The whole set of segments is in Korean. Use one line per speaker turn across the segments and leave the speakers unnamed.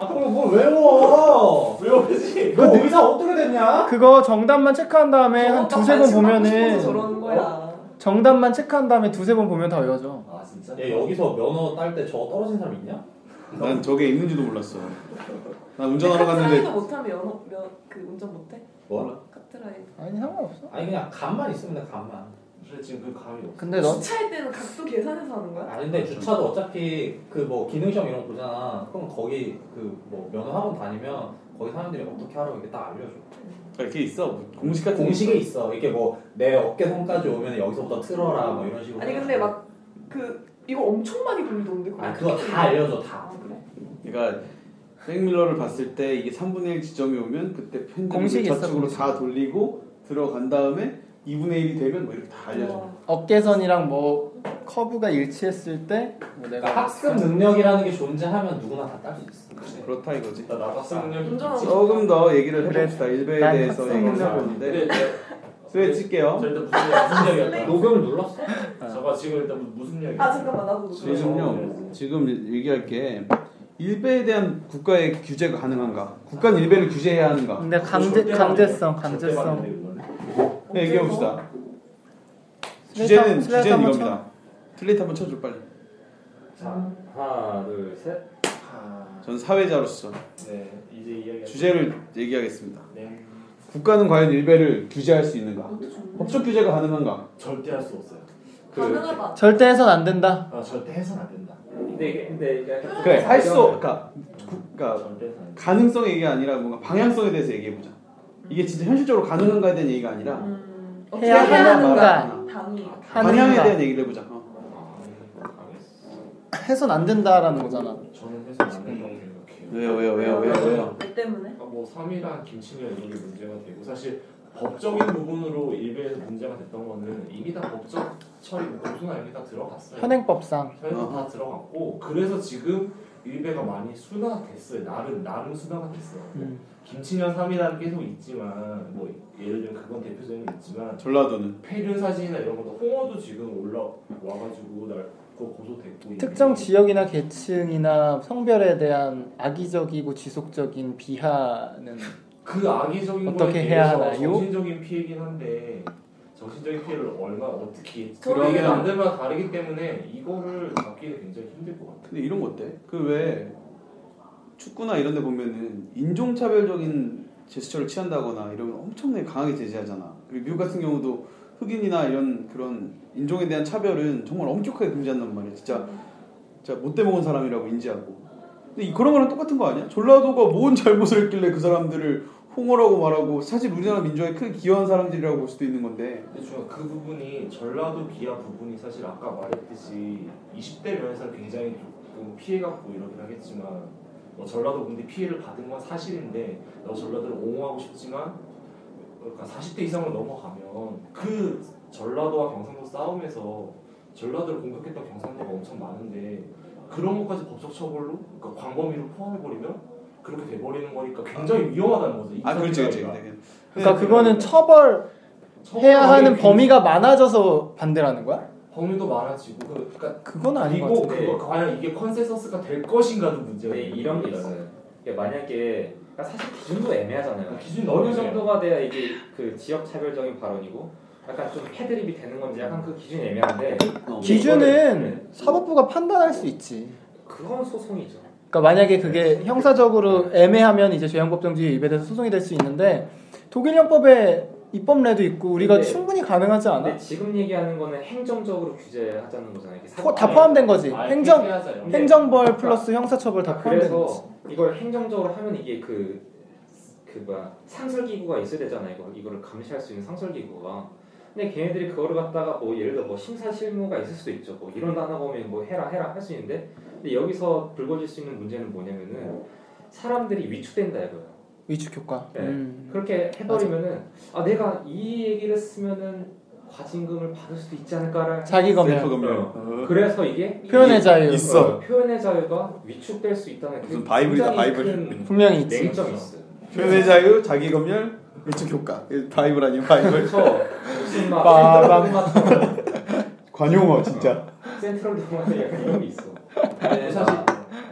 아, 그럼 뭘 외워?
외워야지
너 능사 어떻게 됐냐?
그거 정답만 체크한 다음에 한 두세 번 보면은
저러는 거야
정답만 체크한 다음에 두세 번 보면 다 외워져.
아 진짜?
야, 여기서 면허 딸 때 저거 떨어진 사람 있냐?
난 저게 있는지도 몰랐어. 난 운전하러 갔는데
카트라이더 그 못하면 연어 면그 운전 못해?
뭐?
카트라이더.
아니 상관없어.
아니 그냥 간만 있으면 돼 간만.
그래 지금 그 감이 없어
근데 너
주차할 때는 각도 계산해서 하는 거야?
아 근데 주차도 어차피 그 뭐 기능시험 이런 거 보잖아. 그럼 거기 그 뭐 면허 학원 다니면 거기 사람들이 어떻게 하라고 이렇게 딱 알려줘. 그러니까
이렇게 있어. 공식 같은
공식이 있어. 이게 뭐 내 어깨선까지 오면 여기서부터 틀어라 뭐 이런 식으로.
아니 근데 막 그 이거 엄청 많이 돌리던데 그거.
아 그거 다 알려줘 다.
아 그래?
그러니까 백밀러를 봤을 때 이게 3분의 1 지점이 오면 그때
공식이
펜을
있어,
좌측으로
공식.
다 돌리고 들어간 다음에 2분의 1이 되면 뭐 이렇게 다 알려줘.
우와.
어깨선이랑 뭐 커브가 일치했을 때
그러니까
뭐 내가
학습 능력이라는 게 존재하면 누구나 다 딸 수 있어.
그렇다 이거지.
나 나갔어.
아,
운전하고
조금 더 얘기를
그래.
해봅시다. 일베에
난
대해서
학습
얘기를
능력.
해봤는데
네.
스웨 칠게요.
저 일단 무슨 얘기 네. 어? 무슨 얘기였다 네.
녹음을 눌렀어?
저거 지금 일단 무슨 얘기
아 잠깐만 나도 그거.
네.
지금요. 지금 얘기할 게 일베에 대한 국가의 규제가 가능한가? 국가는 일베를 규제해야 하는가?
근데 강제 강제성 강제성.
네, 얘기해 봅시다.
슬레이트
주제는
한- 슬레이트
주제는
한번
이겁니다. 플레이트 한번 쳐줘 빨리.
자 하나 둘셋네
전 사회자로서
네,
이제 이야기
주제를 얘기하겠습니다.
네
국가는 과연 일베를 규제할 수 있는가?
그것도 좋네.
법적 규제가 가능한가?
절대 할 수 없어요
그
가능하다.
절대 해선 안 된다.
아 절대 해선 안 된다
근데 이게 근데 아, 이게
그러니까
네.
그래 할 수 없까. 그러니까
절대 해선 안 된다
가능성 얘기가 아니라 뭔가 방향성에 대해서 얘기해 보자. 이게 진짜 현실적으로 가능한가에 대한 얘기가 아니라
음. 어떻게
해야
해야
하는가.
하는가. 당이.
방향에
하는가.
대한 얘기를 해보자. 어.
아, 네. 알겠어.
해선 안 된다라는 거잖아.
저는 해선 안 된다고 생각해요
왜요 왜요 왜요 왜요 왜요?
왜 때문에?
아, 뭐 3일한 김치면 이런 게 문제가 되고 사실 법적인 부분으로 일베에서 문제가 됐던 거는 이미 다 법적 처리 뭐 고소나 이런 게 다 들어갔어요.
현행법상
현행도 다 들어갔고 그래서 지금 일베가 많이 순화됐어요. 나름 나름 순화가 됐어.
음.
김치면 3일한 계속 있지만 뭐 예를 들면 그건 대표적인 게 있지만
전라도는
폐륜 사진이나 이런 것도 홍어도 지금 올라와가지고 날 그거 고소됐고
특정
이미
지역이나 계층이나 성별에 대한 악의적이고 지속적인 비하는
그 악의적인
어떻게
거에
해야
대해서
하나요?
정신적인 피해긴 한데 정신적인 피해를 얼마 어떻게
저는-
이게 남들마다 다르기 때문에 이거를 잡기는 굉장히 힘들 것 같아요.
근데 이런 거 어때? 그 왜 축구나 이런 데 보면은 인종차별적인 제스처를 취한다거나 이러면 엄청나게 강하게 제재하잖아. 그리고 미국 같은 경우도 흑인이나 이런 그런 인종에 대한 차별은 정말 엄격하게 금지한단 말이야. 진짜 진짜 못돼 먹은 사람이라고 인지하고. 근데 이- 그런 거랑 똑같은 거 아니야? 졸라도가 뭔 잘못을 했길래 그 사람들을 홍어라고 말하고 사실 우리나라 민족에 크게 기여한 사람들이라고 볼 수도 있는 건데
근데 중요한 그 부분이 전라도 비하 부분이 사실 아까 말했듯이 20대 면에서 굉장히 조금 피해갖고 이러긴 하겠지만 뭐 전라도 분들이 피해를 받은 건 사실인데 너 전라도를 옹호하고 싶지만 그러니까 40대 이상으로 넘어가면 그 전라도와 경상도 싸움에서 전라도를 공격했던 경상도가 엄청 많은데 그런 것까지 법적 처벌로 그러니까 광범위로 포함해버리면 그렇게 돼버리는 거니까 굉장히 위험하다는 거죠. 이
아 그렇지 그렇지
사태가.
근데
그러니까 그거는 처벌 해야
처벌이
하는
굉장히
범위가 많아져서 반대라는 거야?
범위도 많아지고 그, 그러니까
그건 아닌 것
그리고
같은데.
그거 과연 이게 컨센서스가 될 것인가도 문제가
근데 네, 이런 게 있어요. 이게 만약에 그러니까 사실 기준도 애매하잖아요.
기준이 너무
어느
애매해요.
정도가 돼야 이게 그 지역 차별적인 발언이고 약간 좀 패드립이 되는 건지 약간 그 기준이 애매한데
어.
아, 기준은 사법부가 판단할 수 있지.
네. 그건 소송이죠. 네.
그러니까 만약에 그게 형사적으로 애매하면 이제 죄형법정지에 위배돼서 소송이 될 수 있는데 독일 형법에 입법례도 있고 우리가
근데-
충분히 가능하지 않아?
근데 지금 얘기하는 거는 행정적으로 규제하자는 거잖아요. 이게
그거 다 포함된 거지.
아,
행정 행정벌 플러스 형사처벌 다
그러니까
포함된 거지.
그래서 이걸 행정적으로 하면 이게 그 그 뭐야 상설기구가 있어야 되잖아 이거 이거를 감시할 수 있는 상설기구가 근데 걔네들이 그거를 갖다가 뭐 예를 들어 뭐 심사실무가 있을 수도 있죠 뭐 이런 단어 보면 뭐 해라 해라 할 수 있는데 근데 여기서 불거질 수 있는 문제는 뭐냐면은 사람들이 위축된다 이거야
위축 효과.
네.
음.
그렇게 해버리면은 아 내가 이 얘기를 쓰면은 과징금을 받을 수도 있지 않을까라
자기 검열.
셀프 검열.
어.
어.
그래서 이게
표현의 자유.
있어.
어, 표현의 자유가 위축될 수 있다는
무슨 바이블이다,
굉장히
바이블.
큰
분명히 있지.
냉점이 있어요.
표현의 자유, 자기 검열, 위축 효과. 이게 바이블 아니에요, 바이블.
그래서 무슨 막
빠밤.
센트럴
관용어 진짜.
동화 센트럴 동화에 약간 이런 게 있어.
근데 사실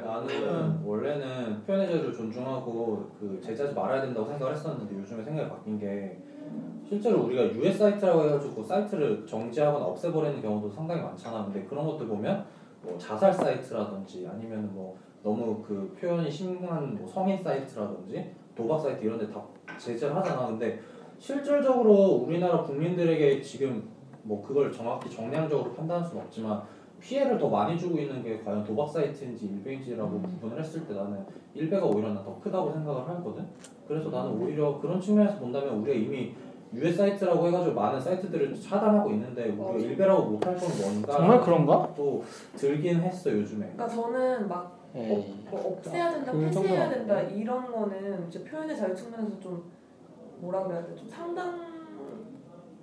나는
음.
원래는 표현의 자유를 존중하고 그 제재하지 말아야 된다고 생각을 했었는데 요즘에 생각이 바뀐 게 실제로 우리가 유해 사이트라고 해가지고 사이트를 정지하거나 없애버리는 경우도 상당히 많잖아. 근데 그런 것들 보면 뭐 자살 사이트라든지 아니면 뭐 너무 그 표현이 심한 뭐 성인 사이트라든지 도박 사이트 이런 데 다 제재를 하잖아. 근데 실질적으로 우리나라 국민들에게 지금 뭐 그걸 정확히 정량적으로 판단할 수는 없지만 피해를 더 많이 주고 있는 게 과연 도박 사이트인지 일베인지라고 구분을 했을 때 나는 일베가 오히려 난더 크다고 생각을 하거든. 그래서 나는 오히려 그런 측면에서 본다면 우리가 이미 유해 사이트라고 해가지고 많은 사이트들을 차단하고 있는데 우리가
맞아.
일베라고 못할 건 뭔가
정말
어?
그런가?
또 들긴 했어 요즘에.
그러니까 저는 막
에이.
뭐 없애야 된다,
그
폐쇄해야
정도는
된다 이런 거는 이제 표현의 자유 측면에서 좀 뭐라 그래야 돼? 좀 상당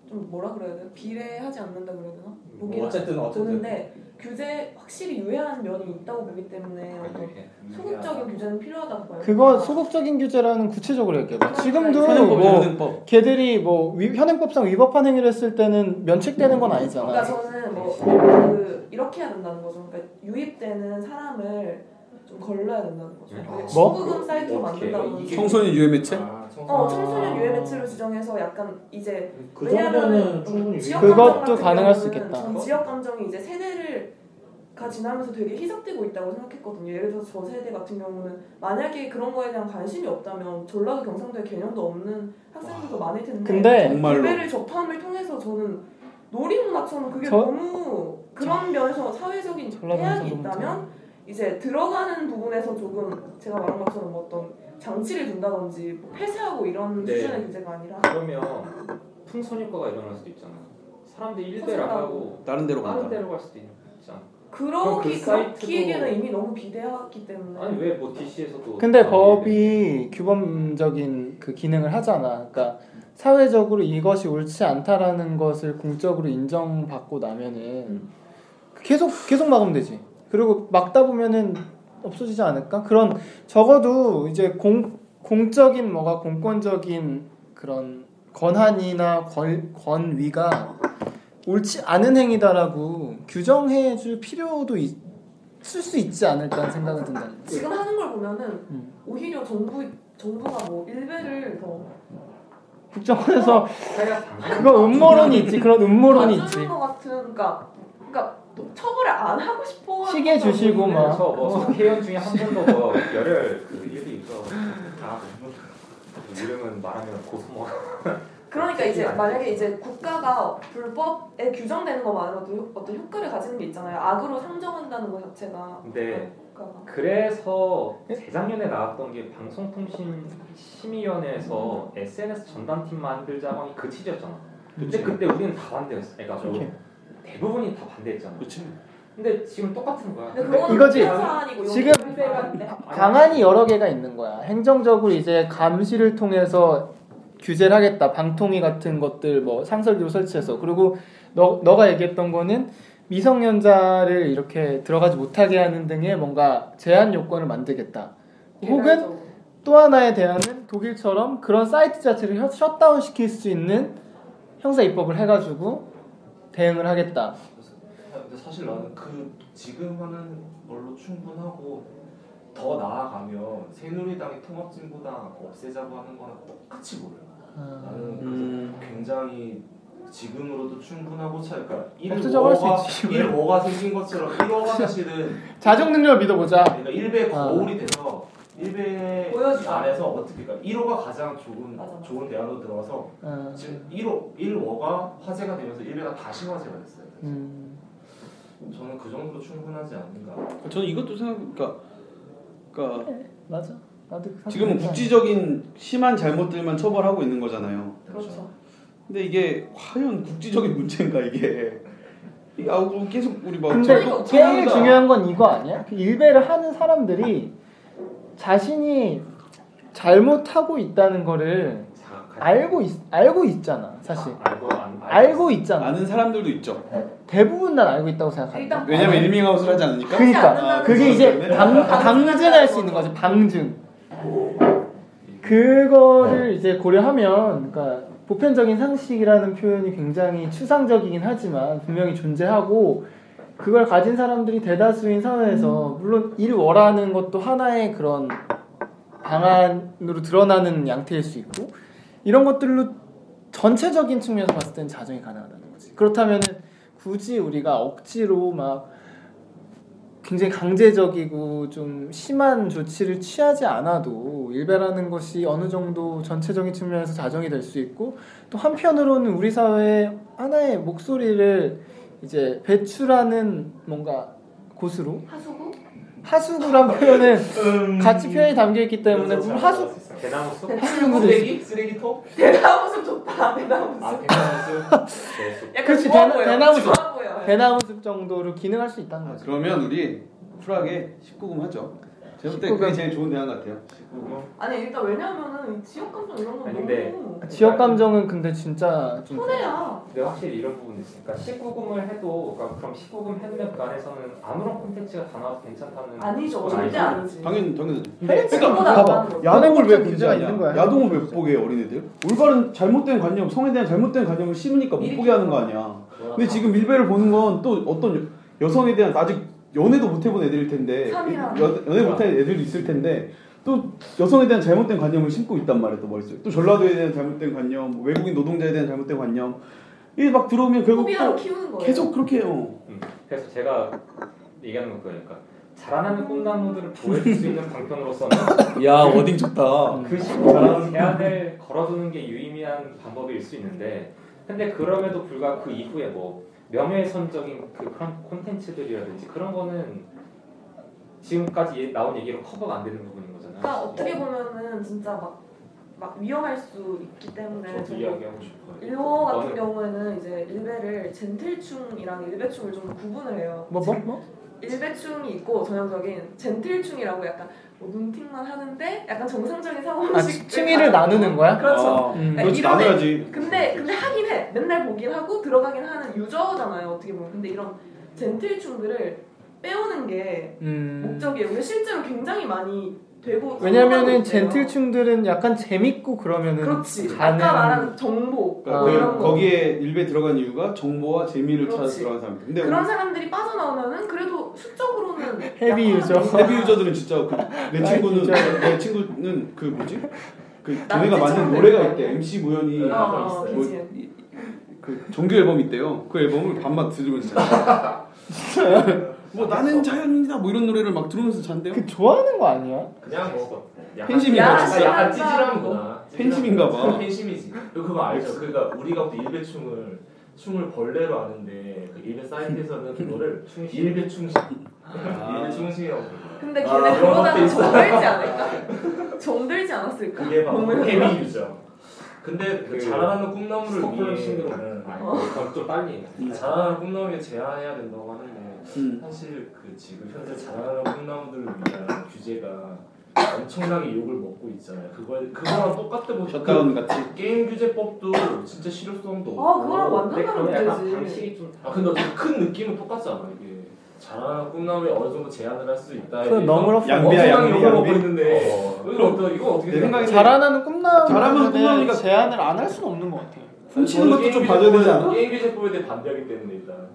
좀 뭐라 그래야 돼? 비례하지 않는다 그래야 되나?
뭐 어쨌든 어쨌든
보는데 규제 확실히 유해한 면이 있다고 보기 때문에
음,
어떤
예.
소극적인 규제는 필요하다고 그러니까 봐요.
그거 소극적인 규제라는 구체적으로
어?
얘기해봐. 지금도
아,
현행법,
뭐
현행법.
걔들이 뭐 위- 현행법상 위법한 행위를 했을 때는 면책되는 건
그러니까
아니잖아.
저는 뭐
음.
그 이렇게 해야 된다는 거죠. 그러니까 유입되는 사람을 좀 걸러야 된다는 거죠.
음.
그러니까
뭐?
소극금 사이트로 만든다는
어떻게?
거죠.
청소년 유해 매체?
어 청소년 유해 매체로 지정해서 약간 이제
그 정도는
왜냐면은
충분히 위협-
지역
음, 그것도
감정 같은
가능할 수
경우는
있겠다.
전 지역 감정이 이제 세대를 가 지나면서 되게 희석되고 있다고 생각했거든요. 예를 들어서 저 세대 같은 경우는 만약에 그런 거에 대한 관심이 없다면 전라도 경상도에 개념도 없는 학생들도 많을 텐데
근데
정말로.
예배를 접함을 통해서 저는 놀이문화처럼 그게
저-
너무 그런 면에서 사회적인
전라도
해악이
경상도
있다면 이제 들어가는 부분에서 조금 제가 말한 것처럼 뭐 어떤 장치를 둔다든지 뭐 폐쇄하고 이런
네.
수준의 문제가 아니라
그러면 풍선 효과가 일어날 수도 있잖아. 사람들이 일대를 안 가고
다른 데로
다른
간다.
데로 갈 수도 있잖아.
그러기
그럼 그
그렇기에는
사이트도-
이미 너무 비대하기 때문에
아니 왜 뭐 DC에서도
근데 법이 규범적인 그 기능을 하잖아. 그러니까 사회적으로 이것이 옳지 않다라는 것을 공적으로 인정받고 나면은 계속 계속 막으면 되지. 그리고 막다 보면은 없어지지 않을까? 그런 적어도 이제 공 공적인 뭐가 공권적인 그런 권한이나 권, 권위가 옳지 않은 행위다라고 규정해 줄 필요도 있, 쓸 수 있지 않을까 하는 생각은 든다.
지금 하는 걸 보면은
음.
오히려 정부 정부가 뭐 일배를 더
국정원에서
사회가
아, 그거 음모론이 있지 그런 음모론이
안 주는
있지
것 같은 그러니까 그러니까 또 처벌을 안 하고 싶어 하는
시계
것도
주시고
보이네.
막
저뭐 회원 중에 한 번도 뭐 열혈 그 일이 있어. 아 이름은 말하면 고소모.
그러니까 이제 만약에 이제 국가가 불법에 규정되는 것만으로도 효- 어떤 효과를 가지는 게 있잖아요 악으로 상정한다는 것 자체가
근데
네.
국가가
그래서
예?
재작년에 나왔던 게 방송통신심의위원회에서
음.
SNS 전담팀 만들자고 한그 취지였잖아. 근데 그때 우리는 다 반대였어. 그러니까 뭐
오케이.
대부분이 다 반대했잖아.
그렇지.
근데 지금 똑같은 거야.
근데 그거는
이거지.
특별 사안이고
지금
이거는 일배라는데.
방안이 여러 개가 있는 거야 행정적으로 이제 감시를 통해서 규제를 하겠다 방통위 같은 것들 뭐 상설기로 설치해서 그리고 너, 너가 얘기했던 거는 미성년자를 이렇게 들어가지 못하게 하는 등의 뭔가 제한 요건을 만들겠다 혹은
개별적으로.
또 하나의 대안은 독일처럼 그런 사이트 자체를 혀- 셧다운 시킬 수 있는 형사 입법을 해가지고 대응을 하겠다
근데 사실 나는 그 지금 하는 걸로 충분하고 더 나아가면 새누리당이 통합진보당 없애자고 하는 거랑 똑같이 몰라. 나는 그래서
음.
굉장히 지금으로도 충분하고 차 그러니까
없애자고 할수
1호가
있지.
1호가 생긴 것처럼 1호가 사실은
자정 능력을 믿어보자
그러니까 1배의
아.
거울이 돼서 1배의
보여주자.
안에서 어떻게 그러니까 1호가 가장 좋은
맞아, 맞아.
좋은 대안으로 들어가서
어,
지금 1호 1호가 화제가 되면서 1배가 다시 화제가 됐어요.
음.
저는 그 정도로 충분하지 않는가.
저는 이것도 생각, 그러니까, 그러니까
맞아 나도 그
지금은
생각이야.
국지적인 심한 잘못들만 처벌하고 있는 거잖아요.
그렇죠
근데 이게 과연 국지적인 문제인가 이게? 이게 아 우리 계속 우리 막
근데
청-
제일
청년이다.
그 중요한 건 이거 아니야? 그 일배를 하는 사람들이 자신이 잘못하고 있다는 거를
자각할 때.
알고 있, 알고 있잖아 사실
아, 알고 안
알고 있잖아
아는 사람들도 있죠.
대부분 난 알고 있다고 생각한다
일단
왜냐면
네.
아니,
일밍아웃을 하지 않으니까.
그니까.
아,
그러니까 그게 이제
그러네.
방, 방증할 수 있는 거지 방증
네.
그거를 이제 고려하면 그러니까 보편적인 상식이라는 표현이 굉장히 추상적이긴 하지만 분명히 존재하고 그걸 가진 사람들이 대다수인
음.
사회에서 물론 일월하는 것도 하나의 그런 방안으로 드러나는 양태일 수 있고 이런 것들로 전체적인 측면에서 봤을 때는 자정이 가능하다는 거지 그렇다면은 굳이 우리가 억지로 막 굉장히 강제적이고 좀 심한 조치를 취하지 않아도 일배라는 것이 어느 정도 전체적인 측면에서 자정이 될 수 있고 또 한편으로는 우리 사회의 하나의 목소리를 이제 배출하는 뭔가 곳으로
하수구?
하수구란 표현은 같이 표현이 담겨 있기 때문에 물론
그
하수
대나무 숲?
하수구도 있-
쓰레기통?
대나무숲 좋다. 대나무숲.
아 대나무
제 숲. 네.
약간
그렇지,
좋아
대나-
보여.
대나무숲.
좋아 보여.
대나무 숲 정도로 기능할 수 있다는
아,
거죠.
그러면 우리 쿨하게 19금 하죠. 제가 볼때
19금.
그게 제일 좋은 대안 같아요.
아니 일단 왜냐면은 이 지역 감정 이런 건
아니,
너무
근데 음.
지역 감정은 근데 진짜 좀
손해야.
근데 확실히 이런 부분이 있으니까 19금을 해도 그러니까 그럼 19금 헬멧 안에서는 아무런 콘텐츠가 다 나와도 괜찮다는
아니죠.
건
절대
아니죠. 그러니까
아니지. 네,
당연히 당연히.
근데 지금보다
봐봐.
나은 거지.
네. 야동을
그건
왜 문제가
문제가
있는
있는
거야?
거야.
야동을 왜 못 보게 해 어린애들? 올바른 잘못된 관념, 성에 대한 잘못된 관념을 심으니까 못
미리
보게 하는 거 아니야. 근데 지금 밀베를 보는 건 또 어떤 여- 여성에 대한 아직 연애도 못 해본 애들일 텐데
참이야.
여- 연애 못한 애들도 있을 텐데 또 여성에 대한 잘못된 관념을 심고 있단 말이야 또 머릿속에 또 전라도에 대한 잘못된 관념 뭐 외국인 노동자에 대한 잘못된 관념 이게 막 들어오면 결국
소비하러 키우는
또
거예요.
계속 그렇게 해요
음, 그래서 제가 얘기하는 건 그러니까 자라나는 꿈나무들을 보여줄 수 있는 방편으로서는
야 워딩 좋다
그 시골 제한을 걸어두는 게 유의미한 방법일 수 있는데 근데 그럼에도 불구하고 그 이후에 뭐 명예훼손적인 그 그런 콘텐츠들이라든지 그런 거는 지금까지 예- 나온 얘기로 커버가 안 되는 부분인 거잖아요.
그러니까 어떻게 보면은 진짜 막, 막 위험할 수 있기 때문에
저도
저도
이야기하고 싶어요.
일호 같은
너는-
경우에는 이제 일베를 젠틀충이랑 일베충을 좀 구분을 해요.
뭐 뭐? 뭐?
일베충이 있고 전형적인 젠틀충이라고 약간 뭐 눈팅만 하는데 약간 정상적인
아,
사고방식
취미를 나누는 거야?
아.
그렇죠.
음.
그렇지
이런 애-
나눠야지
근데 근데 하긴 해. 맨날 보긴 하고 들어가긴 하는 유저잖아요 어떻게 보면. 근데 이런 젠틀충들을 빼오는 게
음.
목적이에요. 근데 실제로 굉장히 많이 되고 성공하고
왜냐면은
있대요.
젠틀충들은 약간 재밌고 그러면은
음. 그렇지.
가는-
아까 말한 정보
그러니까
아,
뭐
그-
이런 거.
거기에 일베 들어간 이유가 정보와 재미를 찾아서
그렇지.
들어간 사람들 근데 뭐
그런 사람들이 빠져나오면은 그래도 수적으로는
헤비
약간
유저.
헤비 유저들은 진짜 그 내
아,
친구는
진짜.
내 친구는 그 뭐지 그
남친
걔네가 만든
친구들.
노래가 있대 MC 무현이
어, 어,
뭐
그치.
이- 그 정규 앨범 있대요 그 앨범을 밤마다 들으면 진짜 뭐 나는 자연이다 뭐 이런 노래를 막 들으면서 잔대요
그 좋아하는 거 아니야?
그냥 뭐 약간
팬심인가
야,
봐
씨.
아, 약간 찌질함이구나.
팬심인가 봐.
팬심이지. 그거 그거 알죠. 그러니까 우리가 또 일배 춤을 춤을 벌레로 아는데 그 일배 사이트에서는 그거를 일배 충신, 일배 충신이라고 부르는
근데
아,
걔네
그런 것도
그러다가
있어.
정들지 않을까? 정들지 않았을까?
그게 바로
몸을
헤비 유저. 근데 그
그
자라나는 꿈나무를
스톡홀름
위해
신드롬. 아니
어.
그건 좀 빨리.
자라나는 꿈나무에 제한해야 된다고 하는데
음.
사실 그 지금 현재 자라나는 꿈나무들을 위한 규제가 엄청나게 욕을 먹고 있잖아요. 그거 그거랑 똑같다고
셧다운 같이
게임 규제법도 진짜 실효성도 없고
아 그거랑
근데
완전
그건 약간
다른 문제지.
방식이 좀 다.
아 근데 큰 느낌은 똑같잖아 이게 자라나 꿈나무에 어느 정도 제한을 할 수 있다
그 너무럽
양비야,
엄청나게
양비,
욕을 먹고
양비.
있는데
어.
이거 어떠 이거 어떻게
내 생각에
그 잘하는 꿈나무
잘하는 꿈나무니까
제안을 안 할 수는 없는 것 같아.
훔치는 것도 좀 봐줘야 되지 않아?
게임 규제법에 대해 반대하기 때문에 일단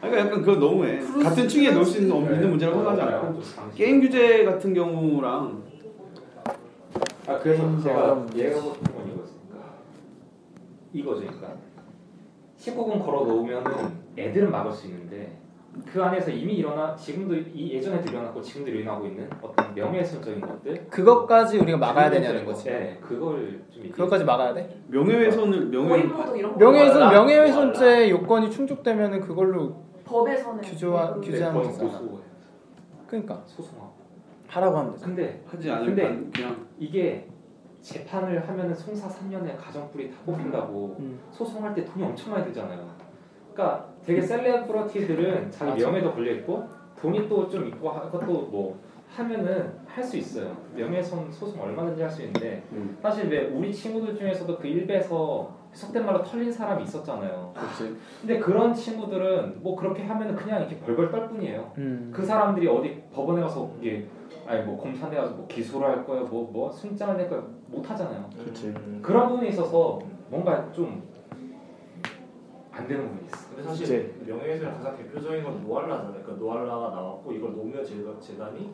그러니까 약간 그건 너무해 같은 층에 놓을 수 있는, 있는
네.
문제라고
네.
생각하지 않고 게임 규제 같은 경우랑
아 그래서
게임
제가
사람.
얘가 보는 건 이거였으니까 이거죠 그러니까 19금 걸어 놓으면은 애들은 막을 수 있는데 그 안에서 이미 일어나 지금도 이 예전에도 일어났고 지금도 일어나고 있는 어떤 명예훼손적인 것들
그것까지 우리가 막아야 되냐는 거지.
네 그걸 좀 얘기해
그것까지 막아야 돼?
명예훼손을
그러니까
명예
고인보도 이런 거.
명예훼손
말라.
명예훼손죄 요건이 충족되면은 그걸로
법에서는
규제와-
그-
규제- 규제하면
거의
되잖아.
고소
그러니까
네, 소송하고
하라고 하면 되잖아.
근데
하지 않을
근데-
거 그냥
이게 재판을 하면은 송사 3년에 가정불이 다 뽑힌다고
음.
소송할 때 돈이 엄청 많이 들잖아요. 그러니까 되게 셀레브리티들은 자기
맞아.
명예도 걸려 있고 돈이 또 좀 있고 하- 그것도 뭐 하면은 할 수 있어요. 명예훼손 소송 얼마든지 할 수 있는데
음.
사실 왜 우리 친구들 중에서도 그 일베에서 속된 말로 털린 사람이 있었잖아요.
그렇지.
근데 그런 친구들은 뭐 그렇게 하면은 그냥 이렇게 벌벌 떨 뿐이에요.
음.
그 사람들이 어디 법원에 가서 이게 아니 뭐 검찰에 가서 뭐 기소를 할 거야 뭐 뭐 승장을 낼 거야 못 하잖아요.
음.
그렇지.
그런 부분에 있어서 뭔가 좀 안 되는 부분이 있어.
근데 사실 명예훼손의 가장 대표적인 건 노알라잖아요. 그러니까 노알라가 나왔고 이걸 노무현 재단- 재단이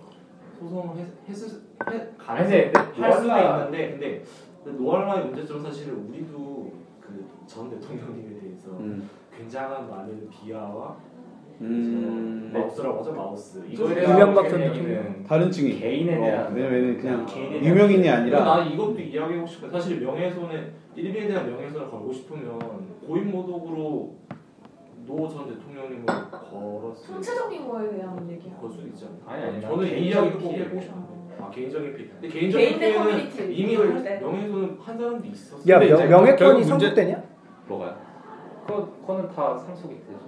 소송을 했, 했을 해,
아니 근데
할 수가
노알라-
있는데 근데 근데 노알라의 문제점 사실은 우리도 그 전 대통령님에 대해서
음.
굉장한 많은 비하와
음.
네.
이제 마우스라고 하죠 마우스 이거에 대한
이명박 전
얘기는
다른 증인.
개인에
어,
대한
왜냐면은 그냥
개인에 대한-
유명인이
근데 나
아니라
이것도 이야기하고 싶어 사실 명예훼손에 일비에 대한 명예훼손을 걸고 싶으면 고인모독으로 노 전 대통령님을 걸었을
총체적인 거에 대한 얘기야.
걸 수도 있지 않나
아니 아니
저는 이 이야기 꼭 얘기하고 싶어요 아 개인적인 피해 근데 개인적인
개인 대
피해는
커뮤니티.
이미
그럴 때.
명예훼손은 한 사람도 있었어
야
근데
명,
이제
명예권이
결국 문제-
성립되냐?
뭐가요? 그거 그거는 다 상속이 되죠.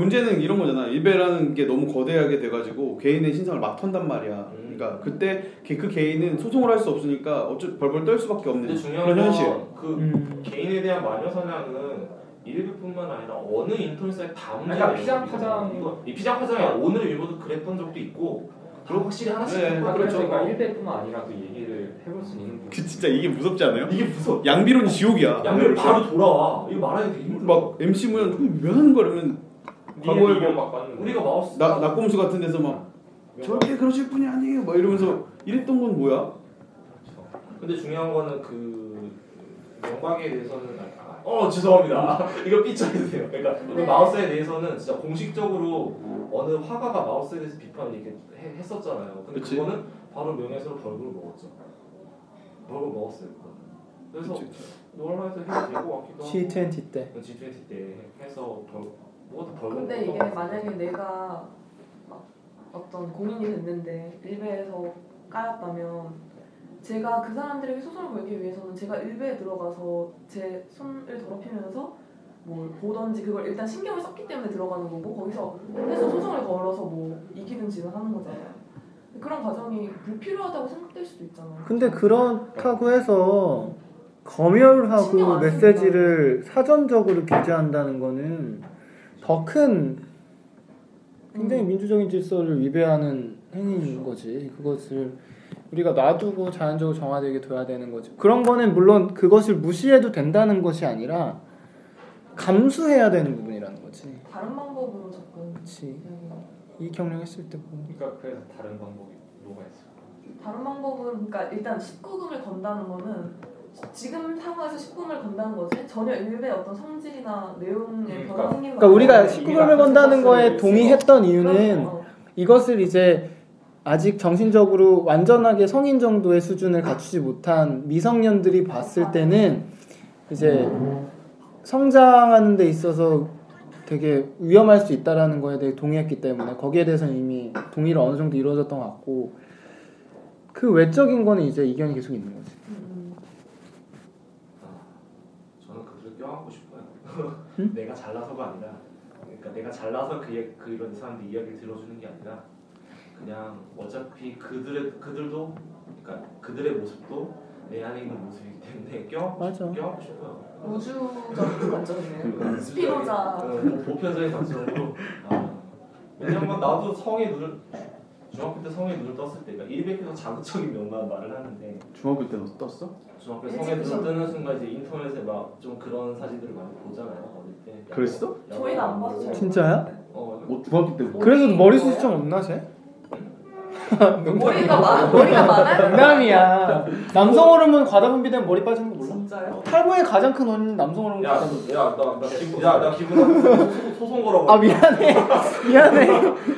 문제는 이런 거잖아. 일베라는 게 너무 거대하게 돼가지고 개인의 신상을 막 턴단 말이야.
음.
그러니까 그때 개- 그 개인은 소송을 할 수 없으니까 어쩔 벌벌 떨 수밖에
근데
없는
중요한
그런 현실.
건그
음.
개인에 대한 마녀 사냥은 일부뿐만 아니라 어느 인터넷 사이트 다 문제가
그러니까 피장 파장-
이거 이 피장 파장이 오늘 일부도 그랬던 적도 있고 그리고 확실히 하나씩
네,
있는 거야.
그렇죠. 그러니까 일대뿐만 아니라 그 얘기를 해볼 수 있는 부분.
그 진짜 이게 무섭지 않아요?
이게 무서워
양비론이 지옥이야.
양면 바로 돌아와 이거 말하기 되게 힘들어
막 MC 무현 좀왜 하는 거야 이러면 과거에 뭐
막 봤는데
우리가 마우스
나, 나꼼수 같은 데서 막
어.
절대 그러실 분이 아니에요 막 이러면서 이랬던 건 뭐야?
근데 중요한 거는 그 영광에 대해서는 아니, 아, 어 죄송합니다 이거 삐쳐주세요 그러니까 그
네.
마우스에 대해서는 진짜 공식적으로 어느 화가가 마우스에 대해서 비판을 이렇게 해- 했었잖아요 근데
그치.
그거는 바로 명예훼손으로 벌금을 먹었죠 벌금 먹었어요 그거는. 그래서 노란라에서 해도 될 것 같기도 하고
G20 때.
G20 때 해서 벌 뭐가 벌금
근데 이게 만약에 내가 막 어떤 고민이 됐는데 일베에서 까였다면 제가 그 사람들에게 소송을 걸기 위해서는 제가 일베에 들어가서 제 손을 더럽히면서 뭘 보든지 그걸 일단 신경을 썼기 때문에 들어가는 거고 거기서 해서 소송을 걸어서 뭐 이기든지는 하는 거잖아요. 그런 과정이 불필요하다고 생각될 수도 있잖아요.
근데 그렇다고 해서 검열하고
신경 안 쓰니까.
메시지를 사전적으로 규제한다는 거는 더 큰 굉장히
음.
민주적인 질서를 위배하는 행위인 거지. 그것을 우리가 놔두고 자연적으로 정화되게 둬야 되는 거지. 그런 거는 물론 그것을 무시해도 된다는 것이 아니라 감수해야 되는 부분이라는 거지.
다른 방법으로 접근.
그렇지.
음.
이 경영했을 때 보면.
그러니까 그래서 다른 방법이 뭐가 있어?
다른 방법은 그러니까 일단 19금을 건다는 거는 지금 상황에서 19금을 건다는 거지 전혀 일베 어떤 성질이나 내용의
음,
변화 생기는
그러니까 우리가
거잖아요.
식구-
19금을 건다는 거에 동의했던 이유는
그럼요.
이것을 이제 아직 정신적으로 완전하게 성인 정도의 수준을 갖추지 못한 미성년들이 봤을 때는 이제 성장하는 데 있어서 되게 위험할 수 있다라는 거에 대해 동의했기 때문에 거기에 대해서는 이미 동의를 어느 정도 이루어졌던 것 같고 그 외적인 거는 이제 이견이 계속 있는 거지.
음,
저는 그들을 껴안고 싶어요.
응?
내가 잘나서가 아니라, 그러니까 내가 잘나서 그, 그 이런 사람들 이야기를 들어주는 게 아니라, 그냥 어차피 그들의 그들도, 그러니까 그들의 모습도 내 안에 있는 모습이기 때문에 껴안고,
맞아.
껴안고 싶어요.
음. 우주적인 관점이네요
그러니까.
스피노자.
어, 보편적인 관점으로. 아, 왜냐면 나도 성에 눈을 중학교 때 성에 눈을 떴을 때, 그러니까 일백에서 자극적인 명만 말을 하는데.
중학교 때 너 떴어?
중학교
네,
성에 눈을 뜨는 순간 이제 인터넷에 막 좀 그런 사진들을 많이 보잖아요 어릴 때.
그랬어?
저희는 안 봐서 잘
진짜야?
어,
뭐 중학교 때 뭐?
그래서 머리 수수점 없나 쟤?
머리가 많 머리가 많아요.
농담이야. 남성 호르몬 과다 분비되면 머리 빠지는 거 몰라?
진짜요?
탈모의 가장 큰 원인
어,
남성 호르몬 과다 분비.
야야나나 기분 야나 기분 나빠. 소- 소- 소송 걸어.
아 미안해 미안해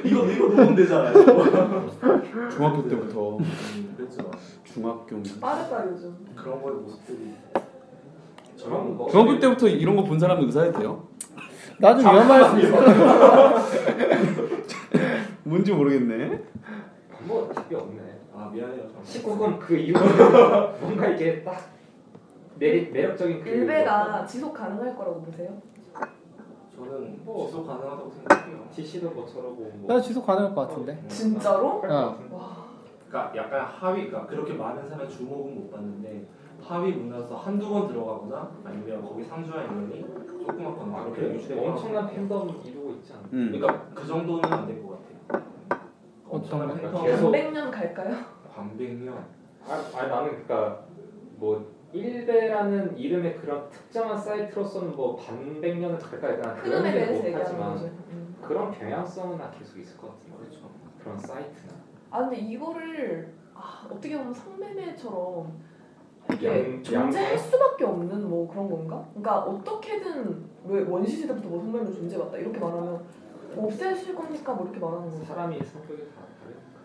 이거 이거 녹음되잖아. 이거.
중학교 때부터
음,
뭐.
그랬죠.
중학교
빠르다 요즘.
그런 거의 모습들이.
저런 거.
중학교 때부터 이런 거 본 사람은 의사야 돼요?
나도 위험할 수 있어
뭔지 모르겠네
뭐 답이 없네.
아 미안해요. 정말.
19금 그 이유는 뭔가 이게 딱 매력 매력적인 그
일베가 지속 가능할 거라고 보세요?
저는 뭐 지속 가능하다고 생각해요.
DC도 뭐 저러고 뭐
나 지속 가능할 것 같은데 어.
진짜로?
할것 같은데.
와
그러니까 약간 하위 그러니까 그렇게 많은 사람의 주목은 못 받는데 하위 문화에서 한두 번 들어가거나 아니면 거기 상주한 인원이 조그맣거나
아,
그렇게
그래요?
유출되거나
엄청난 팬덤 이루고 있지 않나?
음.
그러니까 그 정도는 안 될 것 같아요. 그러니까
어떤
엄청난 네.
거야?
팬덤.
계속-
300년 갈까요?
광백년.
아, 아니 나는 그니까 뭐 일베라는 이름의 그런 특정한 사이트로서는 뭐 반백 년을 갈까 약간
큰
그런
놈에
얘기는
대해서 얘기하는 거죠.
못하지만
음.
그런 경향성은 나 계속 있을 것 같은데 그렇죠. 그런 사이트나
아 근데 이거를 아, 어떻게 보면 성매매처럼
양-
이게 존재할 수밖에 없는 뭐 그런 건가? 그러니까 어떻게든 왜 원시 시대부터 뭐 성매매 존재 맞다 이렇게 말하면 없애실 겁니까? 뭐 이렇게 말하는 거죠.
사람이 성격이 다 다른